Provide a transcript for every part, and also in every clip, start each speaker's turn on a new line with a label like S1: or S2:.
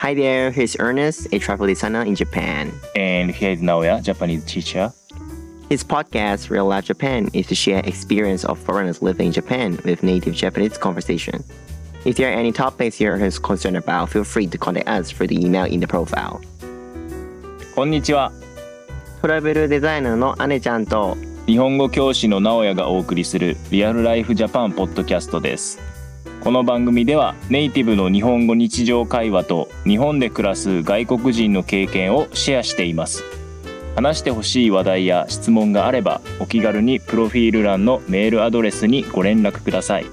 S1: Hi there, here's Ernest, a travel designer in Japan.
S2: And here is Naoya, Japanese teacher.
S1: His podcast, Real Life Japan, is to share experience of foreigners living in Japan with native Japanese conversation. If there are any topics you're concerned about, feel free to contact us through the email in the profile.
S2: こんにちは。
S1: トラベルデザイナーの姉ちゃんと
S2: 日本語教師の直哉がお送りするリアルライフジャパンポッドキャストです。この番組ではネイティブの日本語日常会話と日本で暮らす外国人の経験をシェアしています。話してほしい話題や質問があればお気軽にプロフィール欄のメールアドレスにご連絡ください。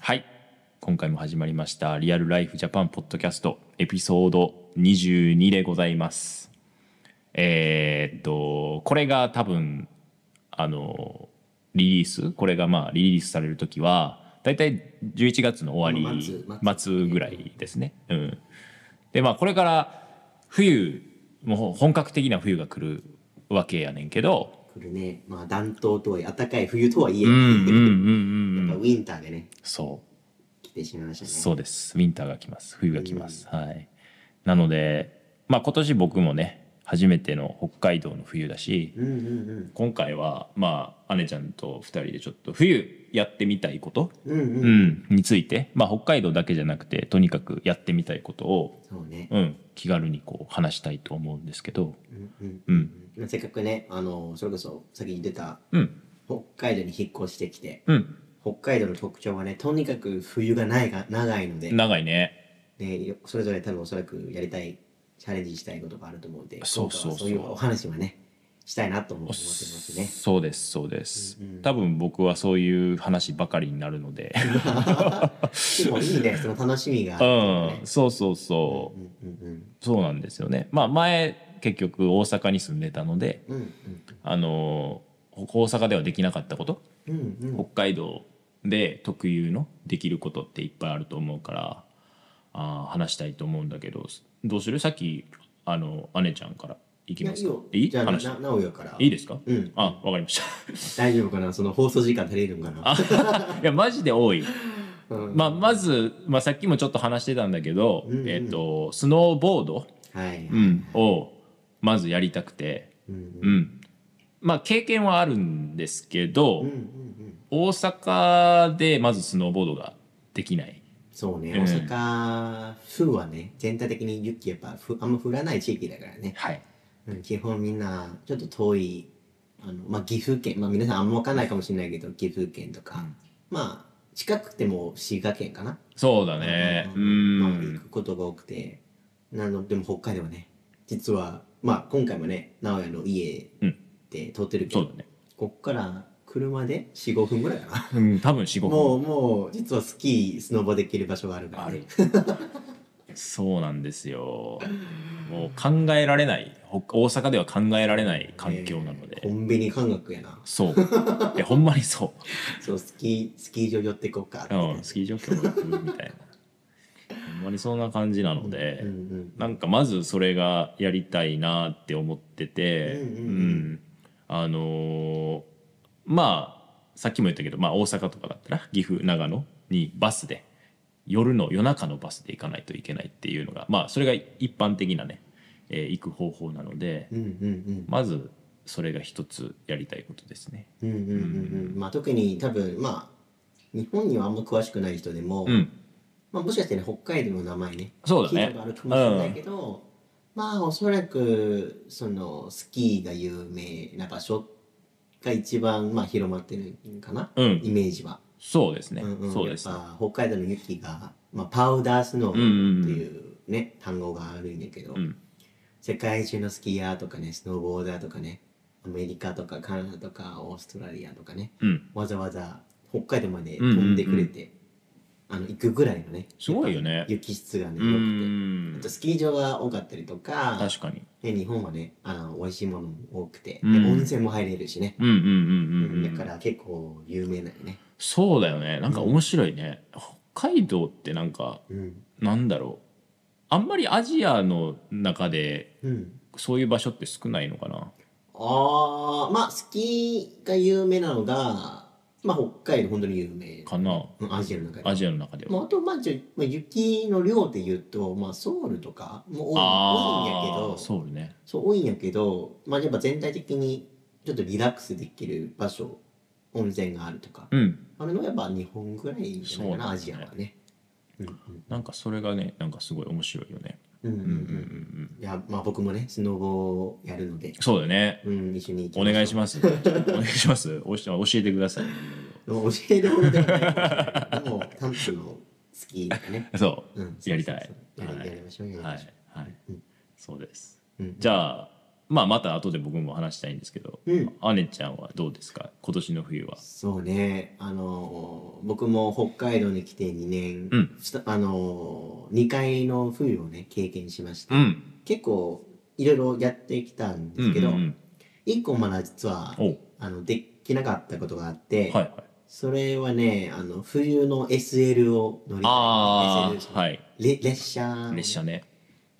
S2: はい今回も始まりました「リアルライフジャパン」ポッドキャストエピソード22でございますえーっとこれが多分あのリリースこれがまあリリースされる時は大体11月の終わり
S3: 末
S2: 末ぐらいですねうんでまあこれから冬もう本格的な冬が来るわけやねんけど
S3: これね、まあ暖冬とはいえ、暖かい冬とはいえ、
S2: うんうんうんうん
S3: やっぱウィンターがね、
S2: そう
S3: 来てしまいましたね。
S2: そうです。ウィンターが来ます。冬が来ます。はい。なので、まあ今年僕もね、初めての北海道の冬だし、
S3: うんうん
S2: 今回はまあ姉ちゃんと2人でちょっと冬やってみたいこと、
S3: うん。うん
S2: う
S3: うん。
S2: ん、について、まあ北海道だけじゃなくて、とにかくやってみたいことを、
S3: そうね。
S2: うん、気軽にこう話したいと思うんですけど、
S3: うんうん
S2: うん、
S3: まあせっかくね、あの、それこそ先に出た
S2: うん、
S3: 北海道に引っ越してきて、
S2: うん、
S3: 北海道の特徴はね、とにかく冬がないが長いので、
S2: 長いね。
S3: ね、それぞれ多分おそらくやりたい、チャレンジしたいことがあると思うんで、
S2: そうそうそう
S3: 今回はそういうお話はね、したいなと思思ってますね。
S2: そうです、そうです。
S3: うんうん
S2: 多分僕はそういう話ばかりになる ので、、
S3: でもいいね、その楽しみがあるっていううんかね。
S2: そうそうそう。
S3: うんうん
S2: そうなんですよね。まあ前結局大阪に住んでたので、
S3: うん。うん
S2: あの大阪ではできなかったこと、
S3: うんうん
S2: 北海道で特有のできることっていっぱいあると思うから、あー話したいと思うんだけど、どうする？さっきあの姉ちゃんから行き
S3: いや
S2: ま
S3: い
S2: す
S3: い
S2: か
S3: よ。。
S2: いい？
S3: じゃあ、
S2: 話
S3: ななおよから。
S2: いいですか？
S3: うん。
S2: あ、わかりました。
S3: 大丈夫かなその放送時間足りるんかな
S2: あいやマジで多い。
S3: うん
S2: まあまずまあさっきもちょっと話してたんだけど、
S3: うんうん
S2: えっ、とスノーボード、
S3: はい。
S2: うん、をまずやりたくて。
S3: うん。うん
S2: うん、まあ経験はあるんですけど、
S3: うんうん。
S2: 大阪でまずスノーボードができない
S3: そうね、
S2: うん
S3: 大阪、風はね、全体的に雪やっぱふあんま降らない地域だからね。
S2: はい
S3: うん基本みんな、ちょっと遠い、あの、まあ、岐阜県、まあ、皆さんあんまわかんないかもしれないけど、岐阜県とか、まあ、近くても滋賀県かな。
S2: そうだねう
S3: うん
S2: ん、
S3: まあ、行くことが多くてなのでも北海道はね実はまあ今回もね名古屋の家
S2: うん
S3: で通ってるけど、
S2: そうだね、
S3: こっから車で45分ぐらいかな
S2: うん、多分45分
S3: もうもう実はスキースノボできる場所があるから、
S2: ある
S3: ね、
S2: そうなんですよもう考えられないほ大阪では考えられない環境なので、
S3: えーコンビニ感覚やな
S2: そういやほんまにそ
S3: そうスキースキー場寄ってこっかって
S2: う、うん、スキー場況が来るみたいなほんまにそんな感じなので、
S3: うんうん
S2: なんかまずそれがやりたいなって思ってて、
S3: うんうんうん
S2: うんあのーまあさっきも言ったけど、まあ、大阪とかだったら岐阜長野にバスで夜の夜中のバスで行かないといけないっていうのがまあそれが一般的なね、えー行く方法なので、
S3: うんうん
S2: まずそれが一つやりたいことですね。
S3: うんうんうんうんうんまあ特に多分まあ日本にはあんま詳しくない人でも、
S2: うん、
S3: まあ、もしかしてね北海道の名前ね
S2: そうだね
S3: 聞いたことあるかもしれないけど、まあおそらくそのスキーが有名な場所が一番まあ広まってるんかな、
S2: うん
S3: イメージは、
S2: そうですね、
S3: んん
S2: そうです
S3: やっ
S2: ね。
S3: ぱ北海道の雪が、まあ、パウダースノーっていうね、単語があるんだけど、
S2: うん
S3: 世界中のスキーヤーとかねスノーボーダーとかねアメリカとかカナダとかオーストラリアとかね
S2: うん、
S3: わざわざ北海道まで飛んでくれて、あの行くぐらいのね
S2: すごいよね。
S3: 雪質がね良
S2: う
S3: くてあ
S2: ん
S3: とスキー場が多かったりとか
S2: 確かに。
S3: ね日本はねあの美味しいものも多くて、で
S2: うん
S3: 温泉も入れるしね、
S2: うんうんうんうん、うん、
S3: だから結構有名なよね、
S2: そうだよねなんか面白いね、北海道ってなんか
S3: うん
S2: なんだろうあんまりアジアの中で
S3: うん、
S2: そういう場所って少ないのかな
S3: あああまあスキーが有名なのがまあ北海道本当に有名
S2: かな
S3: うんアジアの中で
S2: アジアの中では、
S3: まあ、あとまあじゃあまあ雪の量で言うと、まあ、ソウルとかも多い多いんやけ
S2: あ
S3: ど
S2: あソウルね
S3: そう多いんやけど、まあ、やっぱ全体的にちょっとリラックスできる場所温泉があるとか、
S2: うん
S3: あるのがやっぱ日本ぐらいじゃないかな、ア
S2: そ
S3: ジ
S2: う
S3: ア
S2: だね
S3: はね。うん
S2: なんかそれがねなんかすごい面白いよね
S3: うんうんうんう
S2: うんうんうんうんん
S3: いやまあ僕もねスノボをやるので、
S2: そうだよね
S3: うん、一緒に行き
S2: お願いし
S3: す。
S2: ますお願いしますおし 教えてください
S3: でも教えるほどでは ない。でもタンプの好きだね。
S2: そ
S3: うん、
S2: うやりたい
S3: そうそうそうや
S2: は
S3: り
S2: い
S3: やりましょう
S2: う
S3: やり
S2: は
S3: ましょ
S2: いはい
S3: うん
S2: そうです
S3: う。うん
S2: じゃあまあまた後で僕も話したいんですけど
S3: うん
S2: アネちゃんはどうですか今年の冬は
S3: そうね、あのー僕も北海道に来て2年、
S2: うん
S3: したあのー、2回の冬をね経験しました、
S2: ん
S3: 結構いろいろやってきたんですけど、一個まだ実は
S2: おはい
S3: あのできなかったことがあって、
S2: はい
S3: それはねあの冬の SL を乗り
S2: あ
S3: たい SL
S2: あはい
S3: れ列車
S2: 列車ね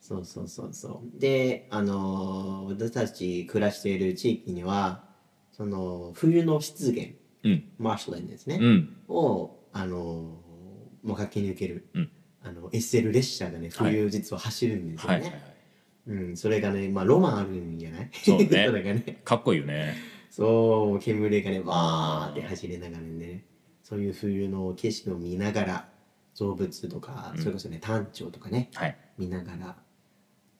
S3: そうそうそうそうであのー私たち暮らしている地域にはその冬の湿原
S2: うん
S3: マーシャルンですね、
S2: うん
S3: を、あのーもう駆け抜ける、
S2: うん
S3: あの SL 列車がね
S2: はい
S3: 冬実は走るんですよ
S2: は
S3: ね、
S2: いはいはい
S3: うん、それがねまあロマンあるんじゃない
S2: そう ね
S3: れがね
S2: かっこいいよね
S3: そう煙がねバーって走りながらねそういう冬の景色を見ながら動物とか、
S2: うん
S3: それこそねタンチョウとかね
S2: はい
S3: 見ながら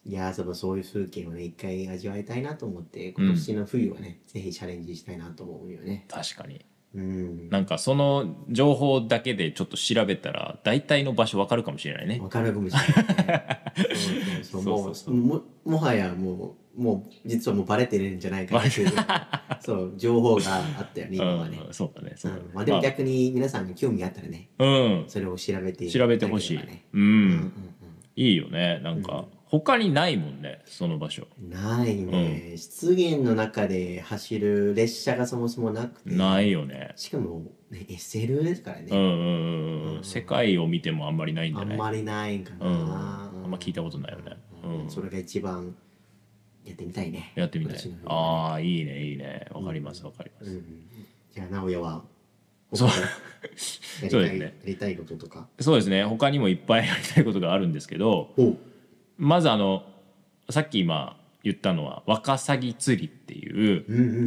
S3: いやーそのそういう風景をね一回味わいたいなと思って今年の冬はね、ぜひチャレンジしたいなと思うよね。
S2: 確かに
S3: うん、
S2: なんかその情報だけでちょっと調べたら大体の場所わかるかもしれないね
S3: わかるかもしれないね、 そうそう
S2: そうそうそ
S3: そううもうももはやもうもう実はもうバレてるんじゃないか
S2: バ
S3: な
S2: レ
S3: っていう そう情報があったよね今はね、
S2: うんそうだね
S3: う
S2: そうだね
S3: んまあ、でも逆に皆さんが興味あったらね
S2: まあうん
S3: それを調べていた
S2: 調
S3: だけ
S2: べ
S3: ればね
S2: てほしいうん、
S3: うんうん
S2: いいよねなんか他にないもんねその場所
S3: うんないね、湿原の中で走る列車がそもそもなくて
S2: ないよね
S3: しかも、ね、SL ですから
S2: うん
S3: ね、
S2: うんうんうん世界を見てもあんまりないんじ
S3: あ
S2: ゃ
S3: ん
S2: ない
S3: まりないんかな、
S2: うんあんま聞いたことないよね
S3: うん
S2: うん
S3: それが一番やってみたいね
S2: やってみた
S3: 私
S2: い
S3: の方が
S2: ああいいねいいねわかりますわかりま
S3: う
S2: す
S3: んじゃあ直哉は
S2: そう
S3: 他やり
S2: そう
S3: た
S2: です
S3: い、
S2: ね
S3: やりたいこととか
S2: そうですね他にもいっぱいやりたいことがあるんですけど
S3: お
S2: まずあのさっき今言ったのはワカサギ釣りっていう
S3: うんうんうんう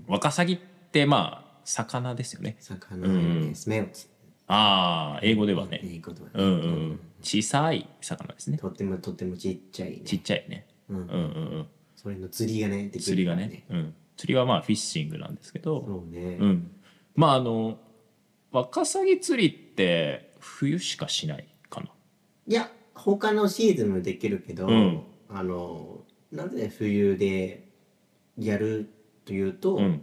S3: ん
S2: ワカサギってまあ魚ですよね
S3: 魚のね、
S2: うん
S3: スメルツ
S2: ああ英語ではね
S3: いいことだね
S2: うんうん小さい魚ですね
S3: とってもとってもちっちゃい、ね、
S2: ちっちゃいね
S3: うん
S2: うんうんうん
S3: それの釣りがねでき
S2: 釣り
S3: る
S2: が
S3: から
S2: ね、うん、釣りはまあフィッシングなんですけど
S3: そうね、
S2: うん、まああのワカサギ釣りって冬しかしないかない
S3: や他のシーズンもできるけど、
S2: うん
S3: あのなぜ冬でやるというと、
S2: うん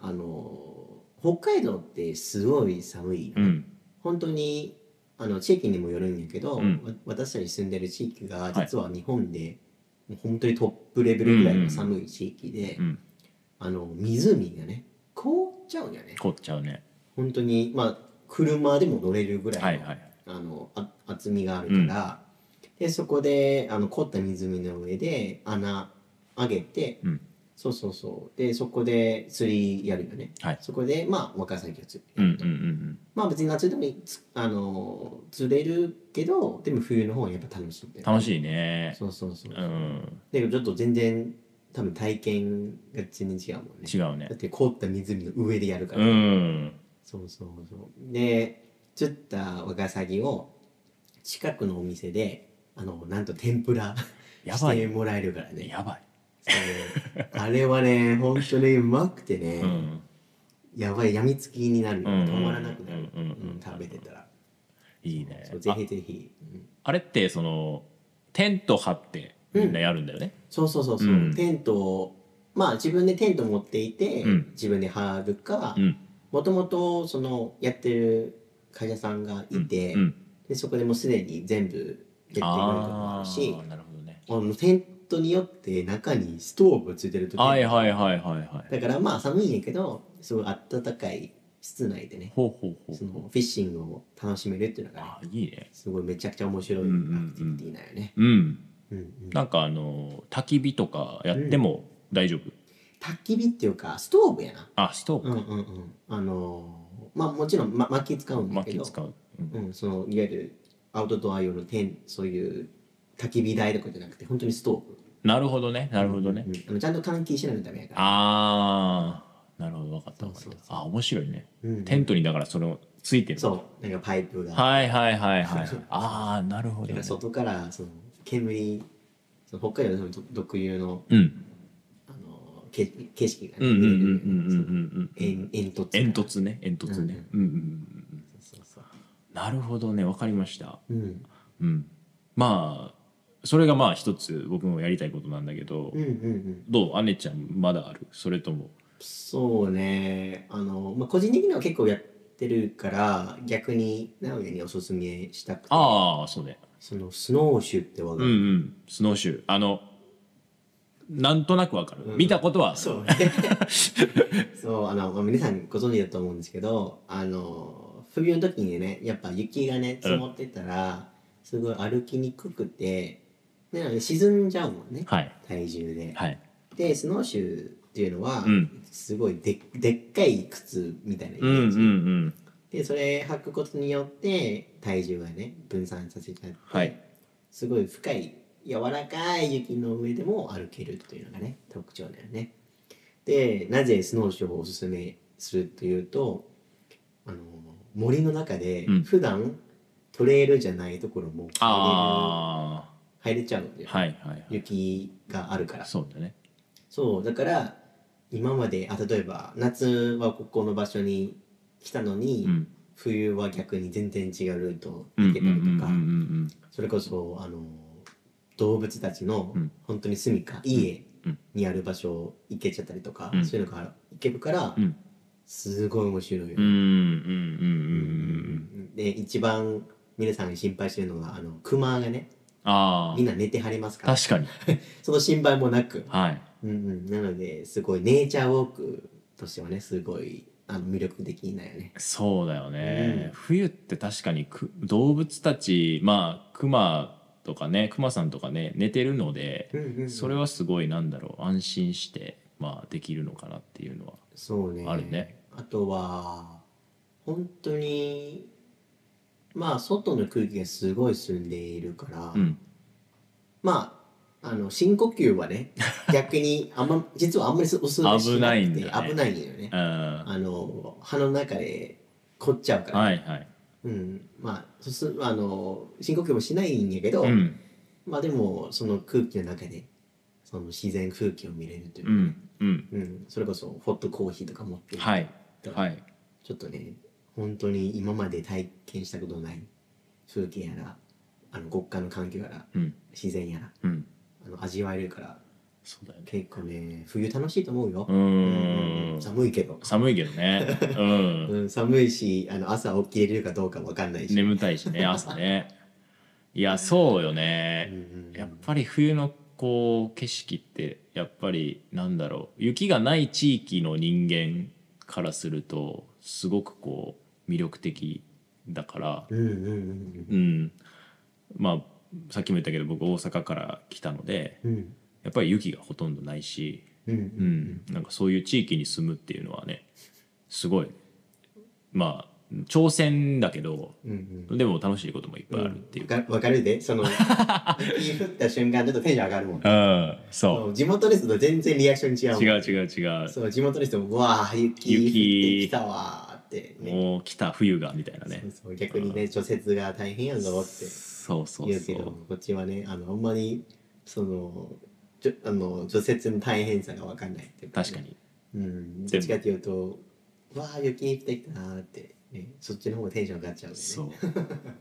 S3: あの北海道ってすごい寒いのね、
S2: うん
S3: 本当にあの地域にもよるんやけど、
S2: うん
S3: わ私たち住んでる地域が
S2: い
S3: 実は日本で、もう本当にトップレベルぐらいの寒い地域で、
S2: うん
S3: あの湖がね凍っちゃうんやね
S2: 凍っちゃうね
S3: 本当にまあ車でも乗れるぐらいの,、
S2: はいはい
S3: あのあ厚みがあるから、でそこであの凍った湖の上で穴上げて
S2: うん
S3: そうそうそうでそこで釣りやるよね、
S2: はい
S3: そこでまあワカサギを釣る
S2: うんうんうん
S3: まあ別に夏でもいいつあのー釣れるけどでも冬の方がやっぱ楽しいんだ
S2: うん
S3: よ
S2: 楽しいね
S3: そうそうそう、
S2: うん
S3: だけどちょっと全然多分体験が全然違うもんね
S2: 違うね
S3: だって凍った湖の上でやるか
S2: う
S3: ら、
S2: ん
S3: そうそうそうで釣ったワカサギを近くのお店であのなんと天ぷら
S2: や
S3: し
S2: ば
S3: て
S2: い
S3: もらえるからね
S2: やばい
S3: そうあれはね本当にうまくてね、
S2: うん
S3: やばい病みつきになるよ
S2: うん
S3: 止まらなくなる、
S2: うんうん
S3: 食べてたら、
S2: いいね
S3: そうぜ
S2: あ
S3: ひぜひ、うん
S2: あれってそのテント張ってみんなやるんだよね
S3: そうそうそうそう、
S2: うん
S3: テントをまあ自分でテント持っていて、
S2: うん
S3: 自分で張るか
S2: うん
S3: もともとそのやってる会社さんがいて、
S2: うん
S3: でそこでもうすでに全部やってくれるとこもあ
S2: あ
S3: るし
S2: あなるほどね
S3: あのテントによって中にストーブついてる時
S2: はいはいはいはいは
S3: だ
S2: い
S3: からまあ寒いんやけどすごい暖かい室内でね
S2: ほうほう
S3: そ
S2: ほう
S3: のフィッシングを楽しめるっていうのがね
S2: あいいね
S3: すごいめちゃくちゃ面白いアクティビティなんよね。
S2: うん
S3: うんうん
S2: なんかあの焚き火とかやっても大丈夫、
S3: 焚き火っていうかストーブやな
S2: あストー
S3: うん
S2: ブ
S3: うん
S2: か
S3: うんあのーまあもちろん、ま、薪使うんだけ
S2: 薪
S3: ど
S2: 使う、うん
S3: うん、そのいわゆるアウトドア用のテンそういう焚き火台とかじゃなくて本当にストーブ
S2: なるほどねなるほどね、
S3: うんあのちゃんと換気しないとダメやから
S2: ああなるほど分かった分かっ
S3: そ
S2: た
S3: うそう
S2: あ面白いね
S3: うん
S2: テントにだからそれをついてる
S3: そうなんかパイプが、
S2: はいはいはいはいああなるほど、
S3: なんか、
S2: ね
S3: 外からその煙その北海道のその特有の
S2: うん
S3: あのけ景色が
S2: う
S3: ね
S2: んうん
S3: 見
S2: う
S3: え
S2: ん
S3: る
S2: うん
S3: ような
S2: うんう
S3: んその
S2: うん
S3: 煙煙突
S2: 煙突ね煙突ねうんうんうんうん
S3: そうそう
S2: なるほどね分かりました
S3: そううん
S2: うんまあそれがまあ一つ僕もやりたいことなんだけど、
S3: うんうんうん
S2: どう姉ちゃんまだあるそれとも
S3: そうねあの、まあ、個人的には結構やってるから逆に直哉におすすめしたくて
S2: ああそうね
S3: そのスノーシューって技、
S2: うんうんスノーシューあのなんとなくわかる、
S3: うん
S2: 見たことは
S3: そうねそうあの、まあ、皆さんご存知だと思うんですけどあの冬の時にねやっぱ雪がね積もってたら、すごい歩きにくくてなので沈んじゃうもんね、
S2: はい
S3: 体重で、
S2: はい
S3: でスノーシューっていうのは、
S2: うん
S3: すごいででっかい靴みたいなイメ
S2: うんうん
S3: ージ、
S2: うん
S3: でそれ履くことによって体重がね分散させちゃって、
S2: はい
S3: すごい深い柔らかい雪の上でも歩けるというのがね特徴だよね。でなぜスノーショーをおすすめするというとあの森の中で
S2: うん
S3: 普段トレイルじゃないところも入
S2: あ
S3: れる入れちゃうんだよ、
S2: あはいはいはい
S3: 雪があるから。
S2: そうだね
S3: そうだから今まであ例えば夏はここの場所に来たのに、
S2: うん
S3: 冬は逆に全然違うルートを
S2: うんう
S3: 行
S2: ん
S3: け
S2: う
S3: た
S2: ん
S3: りと
S2: う
S3: か、
S2: んうん
S3: それこそあの動物たちの
S2: うん
S3: 本当に住みか、家
S2: うん
S3: にある場所を行けちゃったりとか、
S2: うん
S3: そういうのが行けるから、
S2: うん
S3: すごい面白いよ、
S2: うんうんうんうんうんうん
S3: で一番皆さん心配してるのがあの熊がね
S2: あ
S3: みんな寝てはります
S2: あ
S3: から
S2: 確かに
S3: その心配もなく、
S2: はい
S3: うんうん、なのですごいネイチャーウォークとしてはねすごいあの魅力的だよね。
S2: そうだよ
S3: う
S2: ね、
S3: ん
S2: 冬って確かにく動物たちまあクマとかねクマさんとかね寝てるので
S3: うんうんうん
S2: それはすごいなんだろう安心して、まあ、できるのかなっていうのは
S3: そうね
S2: あるね
S3: あとは本当にまあ外の空気がすごい澄んでいるから、
S2: うん
S3: まああの深呼吸は ね逆にあんま実はあんまりおすすめしなくて
S2: 危ないんだね
S3: 危ないんだよね
S2: うんは
S3: あの鼻の中で凝っちゃうか
S2: い
S3: ら、
S2: はい
S3: うん、まあそすあの深呼吸もしないんやけど、
S2: うん
S3: まあでもその空気の中でその自然空気を見れるという
S2: う
S3: か、
S2: んうん
S3: うんそれこそホットコーヒーとか持って
S2: はいはい
S3: ちょっとね本当に今まで体験したことない風景やらあの極寒の環境やら
S2: うん
S3: 自然やら
S2: うん
S3: あの味わえるから
S2: そうだよね
S3: 結構ね冬楽しいと思うよ
S2: う、
S3: うん
S2: ん
S3: 寒いけど、
S2: 寒いけどねうん
S3: うん、寒いしあの朝起きれるかどうかわかんないし、
S2: 眠たいしね朝ねいやそうよ
S3: うんう
S2: ね
S3: ん
S2: やっぱり冬のこう景色ってやっぱりなんだろう雪がない地域の人間からするとすごくこう魅力的だから
S3: うんうんうん
S2: うんまあさっきも言ったけど僕大阪から来たので
S3: うんうん
S2: やっぱり雪がほとんどないし、
S3: うんう
S2: うんん、なんかそういう地域に住むっていうのはねすごいまあ挑戦だけど
S3: うんうん
S2: でも楽しいこともいっぱいあるっていうか。
S3: わかわかるでその雪降った瞬間ちょっとテンション上がるもん、
S2: うん、
S3: そ
S2: そう
S3: 地元ですと全然リアクション違うもん
S2: う。違う違う違う。
S3: そう地元の人も「うわあ雪降ってきたわ」ってね
S2: もう来た冬がみたいなね
S3: そう。そう逆にね除雪が大変やぞって
S2: そうそう
S3: 言う
S2: そ
S3: けど
S2: う。
S3: こっちはねあのあんまりそのじょあの除雪の大変さが分かんないっていうね
S2: 確かに。
S3: うんど
S2: 全
S3: っ
S2: 部
S3: ちかっていうと「うわあ雪降ってきたな」って、ね、そっちの方がテンション上がっちゃうよね
S2: そう。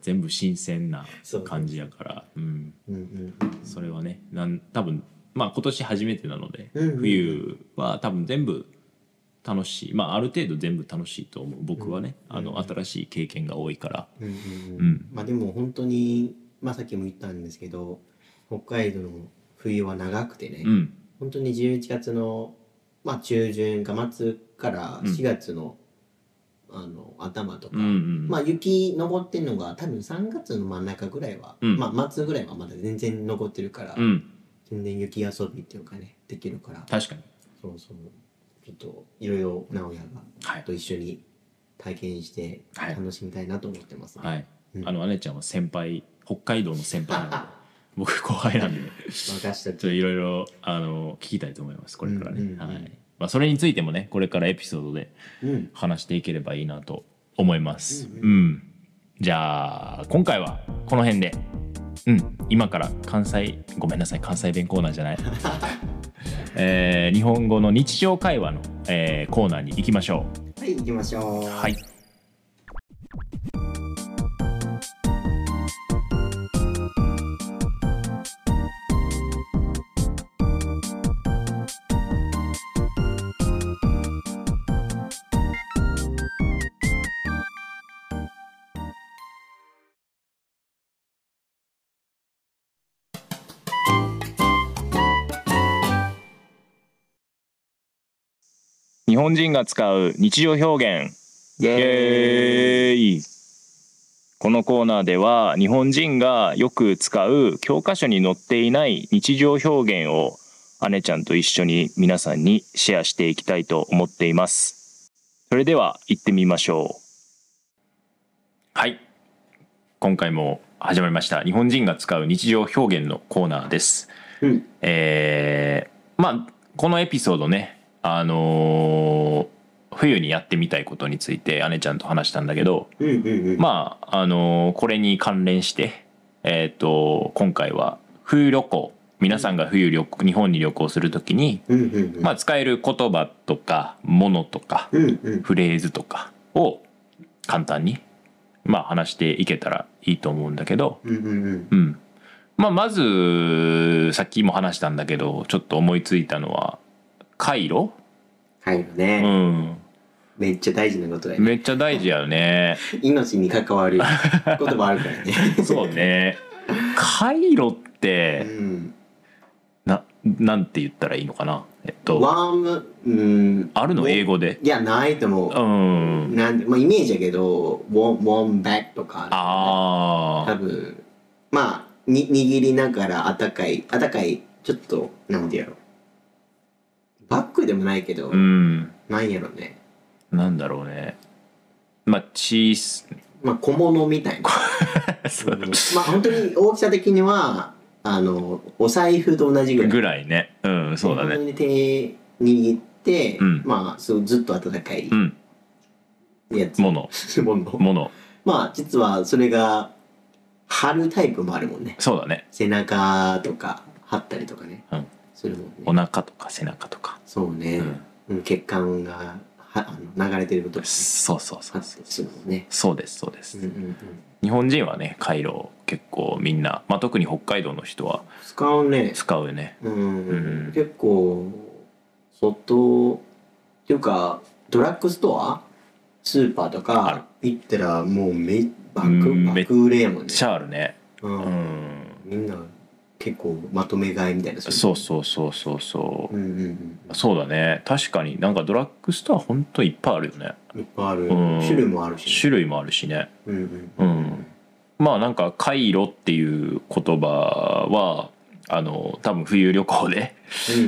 S2: 全部新鮮な
S3: そう
S2: 感じやから、うん、
S3: うんうん
S2: それはね、なん多分まあ今年初めてなので、
S3: うんうん
S2: 冬は多分全部楽しい。まあある程度全部楽しいと思う。僕はね、あの新しい経験が多いから。
S3: うんうんうん
S2: うん
S3: まあでも本当にまあさっきも言ったんですけど北海道の冬は長くてね、
S2: うん、
S3: 本当に11月の、まあ、中旬か末から
S2: うん
S3: 4月の,、あの頭とか、
S2: うんうん
S3: まあ、雪残ってるのが多分3月の真ん中ぐらいは、
S2: うん
S3: まあ、末ぐらいはまだ全然残ってるから、
S2: うん、
S3: 全然雪遊びっていうかねできるから
S2: 確かに。
S3: そもそもちょっといろいろ直哉
S2: は
S3: が
S2: い
S3: と一緒に体験して
S2: はい
S3: 楽しみたいなと思ってます、
S2: はい、
S3: うん
S2: あのアネちゃんは先輩北海道の先輩なんで僕後輩なんで
S3: 私た
S2: ちょっと
S3: ち
S2: いろいろあの聞きたいと思いますこれからね、
S3: うんうんうん
S2: はいまあ、それについてもねこれからエピソードで
S3: うん
S2: 話していければいいなと思います
S3: うん
S2: うん、じゃあ今回はこの辺でうん今から関西ごめんなさい関西弁コーナーじ ゃない、えー日本語の日常会話の、えーコーナーに行きましょ
S3: はい行きましょう
S2: うはい日本人が使う日常表現
S1: イ
S2: イ
S1: エーイ
S2: エーイこのコーナーでは日本人がよく使う教科書に載っていない日常表現を姉ちゃんと一緒に皆さんにシェアしていきたいと思っていますそれでは行ってみましょうはい今回も始まりました日本人が使う日常表現のコーナーです
S3: うん
S2: えーまあこのエピソードねあのー冬にやってみたいことについて姉ちゃんと話したんだけど
S3: うんうんうん
S2: まああのーこれに関連してえっ、と今回は冬旅行皆さんが冬旅行日本に旅行するときに、
S3: うんうんうん
S2: まあ、使える言葉とかものとか
S3: うんうん
S2: フレーズとかを簡単に、まあ、話していけたらいいと思うんだけど、
S3: うんうんうん
S2: うん。まあ、まず、さっきも話したんだけど、ちょっと思いついたのは、回路
S3: 入る
S2: う
S3: ね、
S2: ん。
S3: めっちゃ大事なことだよね
S2: めっちゃ大事やよ ね。
S3: 命に関わることもあるからね
S2: そうね。回路っ
S3: う
S2: て、
S3: ん
S2: な、なんて言ったらいいのかな。えっと、
S3: ワームうん
S2: あるの英語で。
S3: いやないと思う
S2: うん。
S3: なんで、まあ、イメージやけど、ウォン、ウォンバックとか、多
S2: あ
S3: 分、まあ、に、握りながら、あったかい、あったかい、ちょっと、なんてやろう。バックでもないけど、
S2: あ。うん。
S3: なんやろね。
S2: なんだろうね。まあ、小さ、
S3: まあ、小物みたい な。
S2: そう
S3: まあ、本当に大きさ的には、あの、お財布と同じぐらい。
S2: ぐらいね。うん、そうだ
S3: 本当
S2: ね。
S3: に手握って、
S2: うん
S3: まあ、そう、ずっと温かい
S2: うん。
S3: やつ。
S2: もの、
S3: もの
S2: もの。
S3: まあ、実は、それが、貼るタイプもあるもんね。
S2: そうだね。
S3: 背中とか貼ったりとかね、
S2: うん
S3: するもん
S2: お
S3: ね
S2: 腹とか背中とか。
S3: そうね、
S2: うん
S3: うん血管がはあの流れてることがね
S2: そうそう
S3: あ
S2: そう
S3: ったりするもんね
S2: そうですそうです、
S3: うんうんうん
S2: 日本人はねカイロ結構みんな、まあ、特に北海道の人は
S3: 使うね
S2: 使うよね
S3: うん、
S2: うん
S3: 結構外っていうかドラッグストアスーパーと
S2: ある
S3: か行ったらもうめ
S2: うん
S3: 爆爆売れやもんね
S2: シャールね
S3: う
S2: うんん
S3: みんな結構まとめ買いみたいな
S2: そう
S3: う
S2: そうそうそうそう
S3: うんうんうん
S2: そうだね確かになんかドラッグストアほんといっぱいあるよね
S3: いっぱいある
S2: うん
S3: 種類もあるしね
S2: 種類もあるしね
S3: うんうん
S2: うんまあなんかカイロっていう言葉はあの多分冬旅行で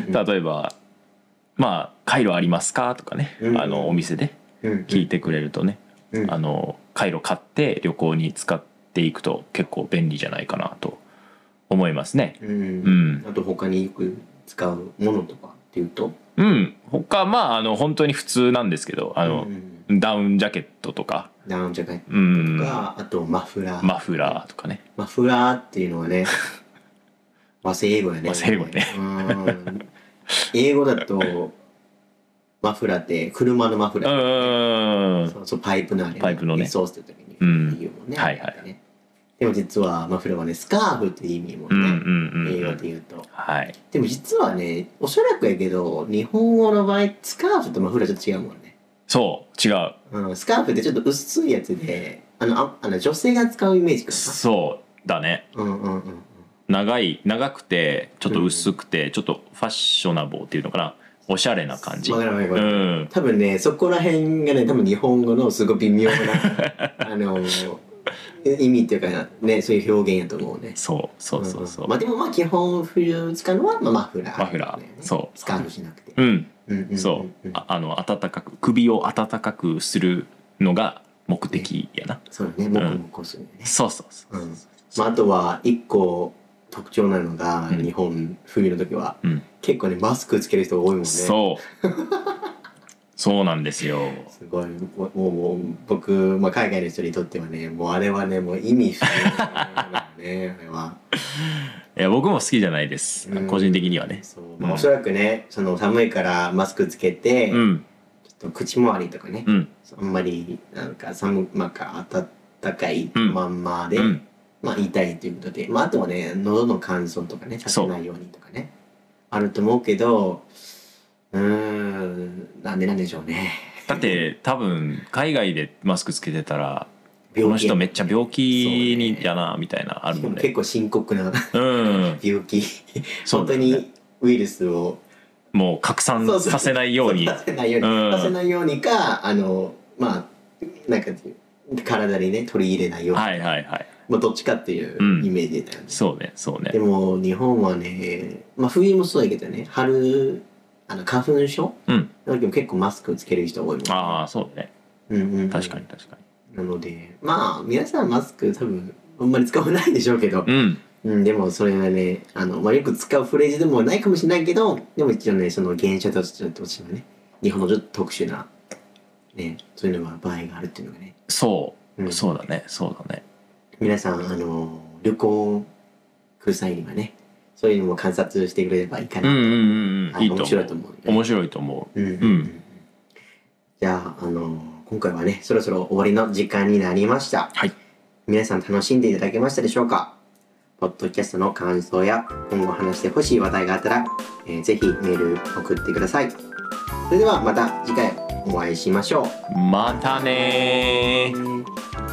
S3: うん
S2: 例えば「まあカイロありますか?」とかね
S3: うん
S2: あのお店で
S3: うんうん
S2: 聞いてくれるとね
S3: うん
S2: あの回路買って旅行に使っていくと結構便利じゃないかなと思いますね。
S3: う、
S2: うんん、
S3: あと他によく使うものとかっていうと
S2: うん、他まああの本当に普通なんですけどあの
S3: う、ん、
S2: ダウンジャケットとか、
S3: ダウンジャケット
S2: うん、
S3: と
S2: マ
S3: か、あとマフラー、
S2: フラーとかね
S3: マフラーっていうのはね和製英語やね
S2: 和製英語ね
S3: うん英語だとマフラーって車のマフ
S2: う
S3: ラー、
S2: ん
S3: そうそうパイプのあれ
S2: パイプのね
S3: そうした時に
S2: うん
S3: 言うもんね、
S2: はいはい
S3: ねでも実はマフラーはねスカーフっていう意味も
S2: うんうん
S3: ね、
S2: うんう
S3: 英語
S2: ん
S3: で言うと
S2: はい
S3: でも実はねおそらくやけど日本語の場合スカーフとマフラーちょっと違うもんね
S2: そう違う
S3: うん、スカーフってちょっと薄いやつであのああの女性が使うイメージか
S2: そうだね
S3: なうんうんうん
S2: 長い長くてちょっと薄くて、ちょっとファッショナボーっていうのかなおしゃれな感じ、
S3: わかるわかるわ
S2: う
S3: かる
S2: ん
S3: 多分ねそこら辺がね多分日本語のすごい微妙なあの意味っていうかねそういう表現やと思うね
S2: そうそうそうそう、
S3: んんまあでもまあ基本冬使うのは、まあ、マフラー、
S2: マフラーそう
S3: スカーフしなくて
S2: うん、
S3: うん
S2: そう
S3: うん
S2: ああの温かく首を温かくするのが目的やな
S3: そうだねもこもこするね、
S2: そうそうそう
S3: うんまあ、あとは一個特徴なのが、
S2: うん
S3: 日本冬の時は、
S2: うん
S3: 結構ねマスクつける人が多いもんね
S2: そう。そうなんですよ。
S3: すごいもうもう僕、まあ、海外の人にとってはねもうあれはねもう意味不明ね あれはい
S2: や、僕も好きじゃないです
S3: うん。
S2: 個人的にはね。
S3: そう、まあ
S2: うん
S3: おそらくねその寒いからマスクつけて、
S2: うん、
S3: ちょっと口周りとかね、
S2: うん、
S3: あんまりなんか寒くまあ暖かい
S2: うん
S3: まんまで、
S2: うん。
S3: まあ痛いということで、まあ、あとはね喉の乾燥とかねさせないようにとかねあると思うけどうーんなんでなんでしょうね
S2: だって、多分、海外でマスクつけてたら、こ
S3: 病
S2: の
S3: 気
S2: 人めっちゃ病気
S3: そう
S2: に
S3: ね
S2: やな、みたいな、ある
S3: しか
S2: もん
S3: も
S2: ね。
S3: 結構深刻な
S2: うん。
S3: 病気、
S2: そ
S3: 本当
S2: うだよね
S3: にウイルスを
S2: もう拡散
S3: そうそう
S2: させないように。
S3: させないように、
S2: うん
S3: させないようにかあのまあなんか体にね取り入れないように、
S2: はいはいはい。
S3: まあ、どっちかっていう
S2: うん
S3: イメージだよね、
S2: そうね、そう
S3: で
S2: ね。
S3: も日本はね、まあ、冬もそうだけどね春あの花粉症
S2: うん。
S3: の時も結構マスクつける人多いもん
S2: ああ、そうね。
S3: うんうんうん
S2: 確かに確か
S3: なのでまあ皆さんマスク多分あんまり使わないでしょうけど、
S2: に。うん。
S3: うん、でもそれはねあの、まあ、よく使うフレーズでもないかもしれないけどでも一応ねその現象としてのね日本のちょっと特殊な、ね、そういうのが場合があるっていうのがね、
S2: そうう。
S3: ん、
S2: そうだね、そうだね。
S3: 皆さんあの旅行来る際にはねそういうのも観察してくれればいいか
S2: う
S3: な、
S2: んうんうんうん。
S3: はいい
S2: いと
S3: 面白い
S2: 思
S3: と
S2: う。
S3: 思う
S2: 面白いと思
S3: うんうん
S2: う
S3: うん
S2: ん
S3: じゃあ、あの今回はねそろそろ終わりの時間になりました
S2: はい
S3: 皆さん楽しんでいただけましたでしょうかポッドキャストの感想や今後話してほしい話題があったら、えーぜひメール送ってくださいそれではまた次回お会いしましょう
S2: う。またね
S3: え
S2: ー。
S3: ー